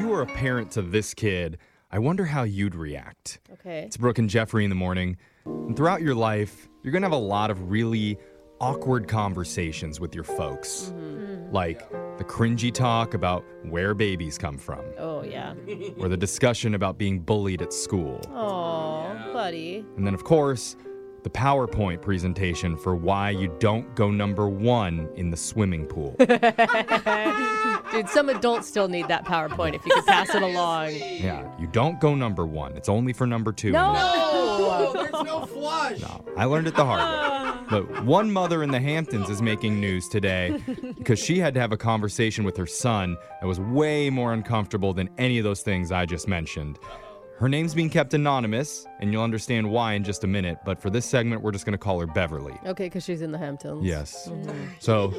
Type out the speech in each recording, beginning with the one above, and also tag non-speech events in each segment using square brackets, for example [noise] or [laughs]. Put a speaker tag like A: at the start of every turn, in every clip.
A: were a parent to this kid, I wonder how you'd react.
B: Okay.
A: It's Brooke and Jeffrey in the morning. And throughout your life, you're going to have a lot of really awkward conversations with your folks.
B: Mm-hmm.
A: Like the cringy talk about where babies come from,
B: Oh yeah.
A: or the discussion about being bullied at school.
B: Oh, buddy.
A: And then, of course, the PowerPoint presentation for why you don't go number one in the swimming
B: [laughs]
A: pool.
B: Dude, some adults still need that PowerPoint if you could pass it
A: [laughs]
B: along.
A: yeah, you don't go number one, it's only for number two.
B: No.
C: Oh, there's no flush.
A: I learned it the hard way. But one mother in the Hamptons is making news today because she had to have a conversation with her son that was way more uncomfortable than any of those things I just mentioned. Her name's being kept anonymous, and you'll understand why in just a minute. But for this segment, we're just going to call her Beverly.
B: Okay, because she's in the Hamptons.
A: Yes. So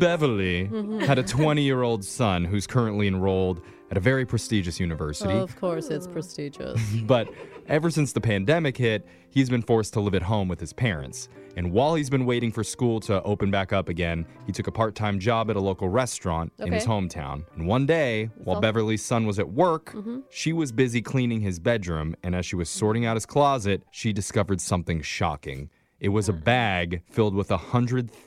A: Beverly had a 20 year old son who's currently enrolled at a very prestigious university.
B: Of course, it's prestigious.
A: [laughs] But ever since the pandemic hit, he's been forced to live at home with his parents. And while he's been waiting for school to open back up again, he took a part time job at a local restaurant in his
B: Okay.
A: hometown. And one day, while
B: all- Mm-hmm.
A: Beverly's son was at work, she was busy cleaning his bedroom. And as she was sorting out his closet, she discovered something shocking. It was a bag filled with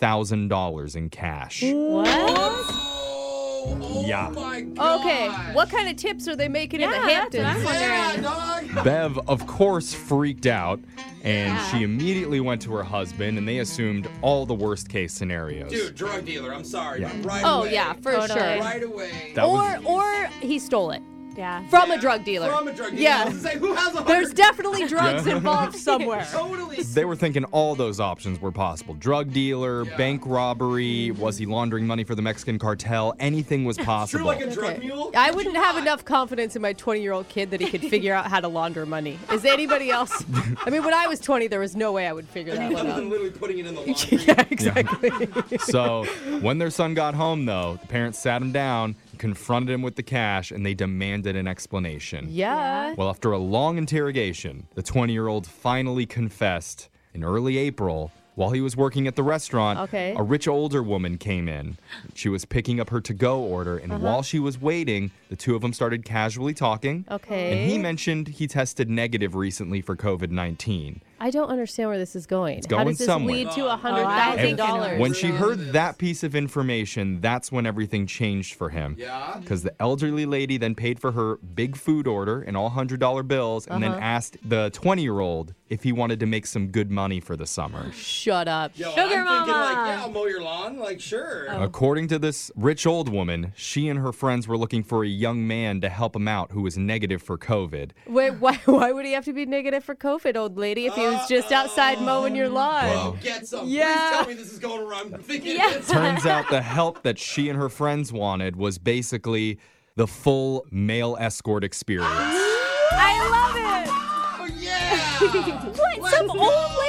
A: $100,000 in cash.
B: What?
C: Oh, oh
A: Yeah.
C: my god.
B: Okay, what kind of tips are they making in the
D: Yeah, that's
B: Hamptons?
D: what I'm
C: Yeah,
D: wondering.
C: dog.
A: Bev, of course, freaked out, and she immediately went to her husband, and they assumed all the worst case scenarios.
C: Dude, drug dealer. I'm sorry.
A: Yeah.
C: But right
B: Oh
C: away.
B: yeah, Oh, for
D: Totally.
B: sure.
C: Right away.
A: That
B: Or
A: was
B: or he stole it
D: Yeah.
B: from a drug dealer.
C: From a drug dealer. I
B: Yeah.
C: was gonna say, who has a
B: There's
C: hundred-
B: definitely drugs involved somewhere.
C: Totally.
A: they were thinking all those options were possible. Drug dealer, bank robbery, was he laundering money for the Mexican cartel? Anything was
C: True,
A: possible.
C: like a drug mule.
B: I wouldn't have enough confidence in my 20 year old kid that he could figure out how to launder money. Is anybody else? I mean, when I was 20, there was no way I would figure that one
C: Other
A: [laughs]
B: out.
C: than literally
B: [laughs]
C: putting it in the laundry.
B: Yeah, exactly.
A: so when their son got home, though, the parents sat him down, confronted him with the cash, and they demanded an explanation.
B: Yeah.
A: Well, after a long interrogation, the 20 year old finally confessed in early April. While he was working at the restaurant,
B: Okay.
A: a rich older woman came in. She was picking up her to go order,
B: Uh-huh.
A: and while she was waiting, the two of them started casually talking. And he
B: Okay.
A: mentioned he tested negative recently for COVID 19.
B: I don't understand where this is going.
A: going
B: how does this
A: somewhere.
B: lead to
D: I think
B: $100,000?
A: When she heard that piece of information, that's when everything changed for him.
C: Yeah.
A: Because the elderly lady then paid for her big food order and all $100 bills and then asked the 20 year old if he wanted to make some good money for the summer.
B: Shut up.
C: Yo, I'm
D: Sugar
C: thinking like,
D: mama.
C: yeah, I'll mow your lawn. Like, sure.
B: Oh.
A: According to this rich old woman, she and her friends were looking for a young man to help him out who was negative for COVID.
B: Wait, why, why would he have to be negative for COVID, old lady, if he
C: Uh,
B: was just outside mowing your lawn?
C: Oh, get some.
B: Yeah.
C: Please tell me this is going wrong. I'm thinking
D: Yeah.
C: it's
A: Turns out the help that she and her friends wanted was basically the full male escort experience.
D: I
B: [laughs]
C: Oh, yeah.
B: Oh,
D: love it. What?
C: Let's
D: Some old
C: go.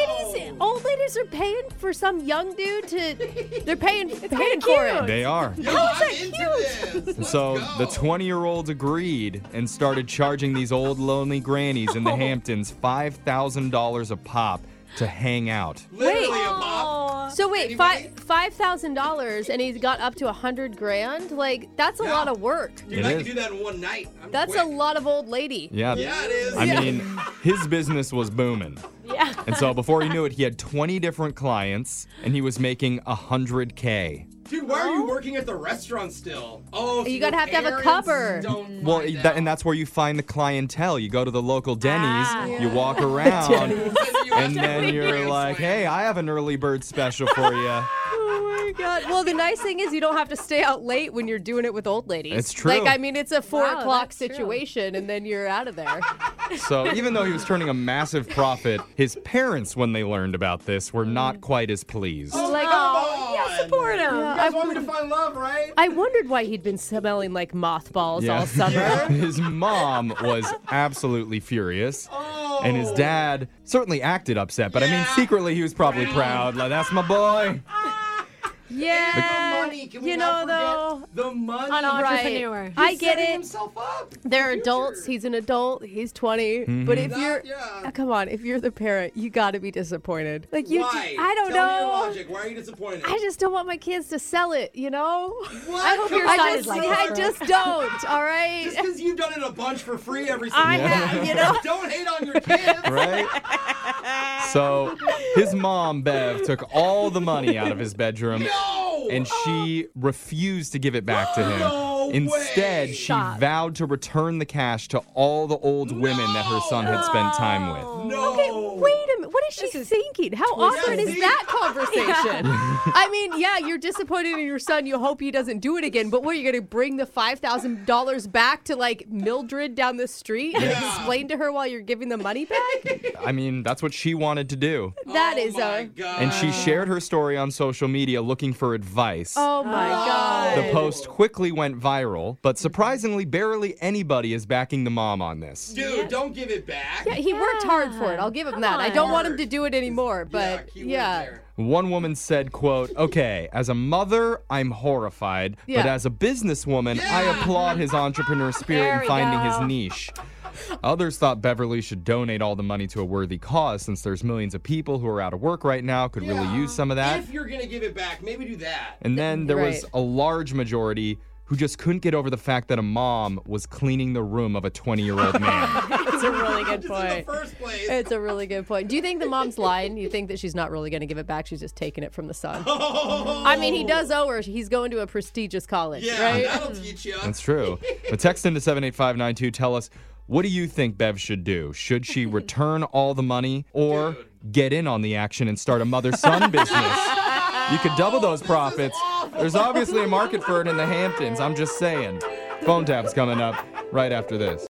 D: ladies.
B: Old ladies are paying for some young dude to. They're paying, paying
D: kinda
B: for
D: cute.
B: it.
A: They are.
C: Yo, I'm into this. Let's
A: So
C: go.
A: the 20 year olds agreed and started charging these old lonely grannies in the Hamptons $5,000 a pop to hang out.
C: Literally
B: Wait.
C: a pop.
B: So wait,
C: Anybody?
B: five five thousand dollars, and he's got up to a hundred grand. Like that's a
C: Yeah.
B: lot of work.
C: Dude,
A: It
C: I can
A: is.
C: do that in one night. I'm
B: That's a
C: quick.
B: lot of old lady.
A: Yeah.
C: Yeah, it is.
A: I mean, his business was booming.
D: Yeah.
A: And so before he knew it, he had 20 different clients and he was making 100K.
C: [laughs] Dude, why are you working at the restaurant still? Oh, so
B: You gotta
C: your
B: have to have a
C: parents
B: cover.
C: Don't
A: Well,
C: find
A: that,
C: out.
A: and that's where you find the clientele. You go to the local Denny's,
D: Ah.
A: you walk around,
C: You have
A: and
C: to
A: then
C: have
A: you're
C: parents
A: like,
C: plan.
A: hey, I have an early bird special for you.
B: Oh my god. Well, the nice thing is you don't have to stay out late when you're doing it with old ladies.
A: It's true.
B: Like I mean, it's a four
D: Wow,
B: o'clock
D: that's true.
B: situation, and then you're out of [laughs] there.
A: So even though he was turning a massive profit, his parents, when they learned about this, were not quite as pleased.
B: like,
C: oh,
D: Yeah, support him.
C: You guys want me to find love, right?
B: I wondered why he'd been smelling like mothballs all summer.
A: [laughs] His mom was absolutely furious.
C: Oh.
A: And his dad certainly acted upset, but I mean,
C: Yeah.
A: secretly he was probably proud. Like, that's my boy.
B: [laughs] Yeah.
C: money. Can we
B: you
C: not
B: know,
C: forget the money?
B: Right.
D: An entrepreneur.
B: I
C: He's
B: get
C: setting
B: it.
C: Himself up. for
B: They're
C: the
B: adults.
C: future.
B: He's an adult. He's 20. But if
C: That-
B: you're,
C: yeah.
B: Ah, come on, if you're the parent, you got to be disappointed. Like you,
C: Why?
B: I don't
C: Tell Me
B: know.
C: your logic. Why are you disappointed?
B: I just don't want my kids to sell it. You know.
C: What?
D: I hope your
B: I
D: son
B: just,
D: is like
B: I
D: that.
B: just
D: [laughs]
B: don't. All right.
C: Just because you've done it a bunch for free every single
B: I
C: time.
B: have, you know.
C: Don't hate on your kids.
A: [laughs] right? So his mom, Bev, took all the money out of his bedroom
C: No. [laughs]
A: and she refused to give it back to him.
C: No
A: Instead,
C: way.
A: she
B: Stop.
A: vowed to return the cash to all the old women that her son had spent time with.
C: no.
B: Okay, wait a minute. What is she thinking? How awkward is
C: see? [laughs]
B: that conversation? I mean, yeah, you're disappointed in your son. You hope he doesn't do it again. But what are you going to bring the five thousand dollars back to like Mildred down the street and
C: Yeah.
B: explain to her while you're giving the money
C: [laughs]
B: back?
A: I mean, that's what she wanted to do.
B: That
C: oh
B: is
C: my
B: a
C: God.
A: And she shared her story on social media looking for advice.
B: oh my god.
A: The post quickly went viral, but surprisingly, barely anybody is backing the mom on this.
C: Dude, don't give it back.
B: Yeah, he worked hard for it. I'll give him that. I don't want him to do it anymore. But
C: keyword
B: yeah,
C: there.
A: One woman said, quote, Okay, as a mother, I'm horrified, but
B: Yeah.
A: as a businesswoman, I
C: Yeah.
A: applaud his entrepreneur
D: There
A: spirit in
D: we
A: finding
D: go.
A: his niche. Others thought Beverly should donate all the money to a worthy cause since there's millions of people who are out of work right now, could really
C: Yeah.
A: use some of that.
C: If you're gonna give it back, maybe do that.
A: And then there was
B: Right.
A: a large majority who just couldn't get over the fact that a mom was cleaning the room of a 20 year old man.
B: [laughs] it's a really
C: [laughs]
B: good
C: Just in the
B: point.
C: first place.
B: It's a really good point. Do you think the mom's lying? You think that she's not really going to give it back? She's just taking it from the son.
C: [laughs] [laughs] oh,
B: I mean, he does owe her. He's going to a prestigious college,
C: yeah, [laughs]
B: right?
C: that'll teach you.
A: That's true. But text into 78592. Tell us, what do you think Bev should do? Should she return all the money or get in on the action and start a mother son business? You could double those profits. There's obviously a market for it in the Hamptons. I'm just saying. Phone tap's coming up right after this.